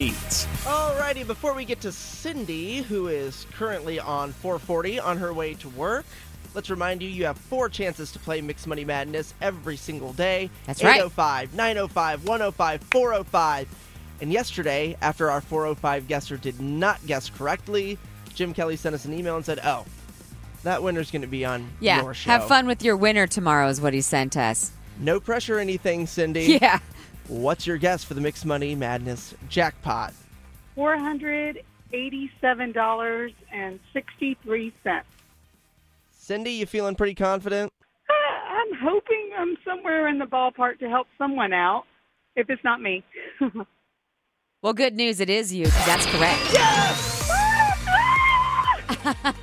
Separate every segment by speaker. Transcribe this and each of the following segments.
Speaker 1: Alrighty, before we get to Cindy, who is currently on 440 on her way to work, let's remind you you have four chances to play Mixed Money Madness every single day.
Speaker 2: That's right.
Speaker 1: 805, 905, 105, 405. And yesterday, after our 405 guesser did not guess correctly, Jim Kelly sent us an email and said, Oh, that winner's going to be on
Speaker 2: Yeah.
Speaker 1: your show.
Speaker 2: Have fun with your winner tomorrow is what he sent us.
Speaker 1: No pressure or anything, Cindy.
Speaker 2: Yeah.
Speaker 1: What's your guess for the Mixed Money Madness jackpot?
Speaker 3: Four hundred eighty-seven dollars and sixty-three cents.
Speaker 1: Cindy, you feeling pretty confident?
Speaker 3: Ah, I'm hoping I'm somewhere in the ballpark to help someone out. If it's not me,
Speaker 2: Well, good news it is you 'cause that's correct.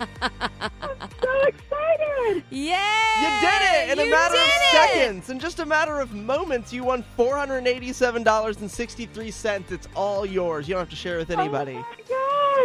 Speaker 3: so excited!
Speaker 2: Yeah.
Speaker 1: You did it in a
Speaker 2: You
Speaker 1: matter of
Speaker 2: did it!
Speaker 1: seconds. In just a matter of moments, you won $487.63. It's all yours. You don't have to share with anybody.
Speaker 3: Oh my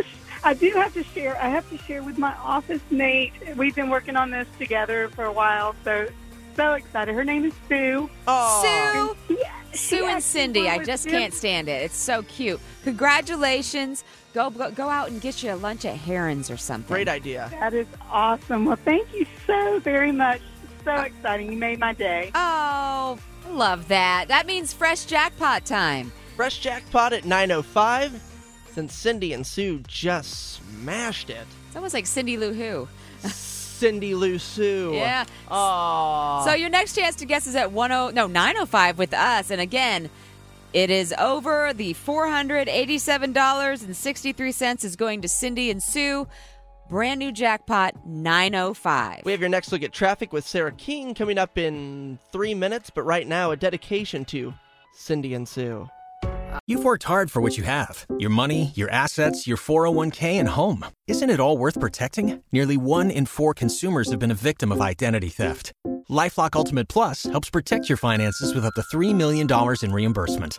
Speaker 3: gosh! I do have to share. I have to share with my office mate. We've been working on this together for a while, so so excited. Her name is Sue.
Speaker 2: Oh.
Speaker 1: Aw.
Speaker 2: Sue.
Speaker 3: she
Speaker 2: Sue
Speaker 3: actually
Speaker 2: and Cindy,
Speaker 3: went
Speaker 2: I
Speaker 3: with
Speaker 2: just
Speaker 3: Jim.
Speaker 2: can't stand it. It's so cute. Congratulations. Go, go go out and get you a lunch at Heron's or something.
Speaker 1: Great idea.
Speaker 3: That is awesome. Well, thank you so very much. So exciting. You made my day.
Speaker 2: Oh, love that. That means fresh jackpot time.
Speaker 1: Fresh jackpot at 905. Since Cindy and Sue just smashed it.
Speaker 2: It's almost like Cindy Lou Who.
Speaker 1: Cindy Lou Sue.
Speaker 2: Yeah.
Speaker 1: Aw.
Speaker 2: So your next chance to guess is at 10 no 905 with us and again it is over the $487.63 is going to Cindy and Sue. Brand new jackpot 905.
Speaker 1: we have your next look at traffic with Sarah King coming up in three minutes, but right now, a dedication to Cindy and Sue.
Speaker 4: You've worked hard for what you have your money, your assets, your 401k, and home. Isn't it all worth protecting? Nearly one in four consumers have been a victim of identity theft. Lifelock Ultimate Plus helps protect your finances with up to $3 million in reimbursement.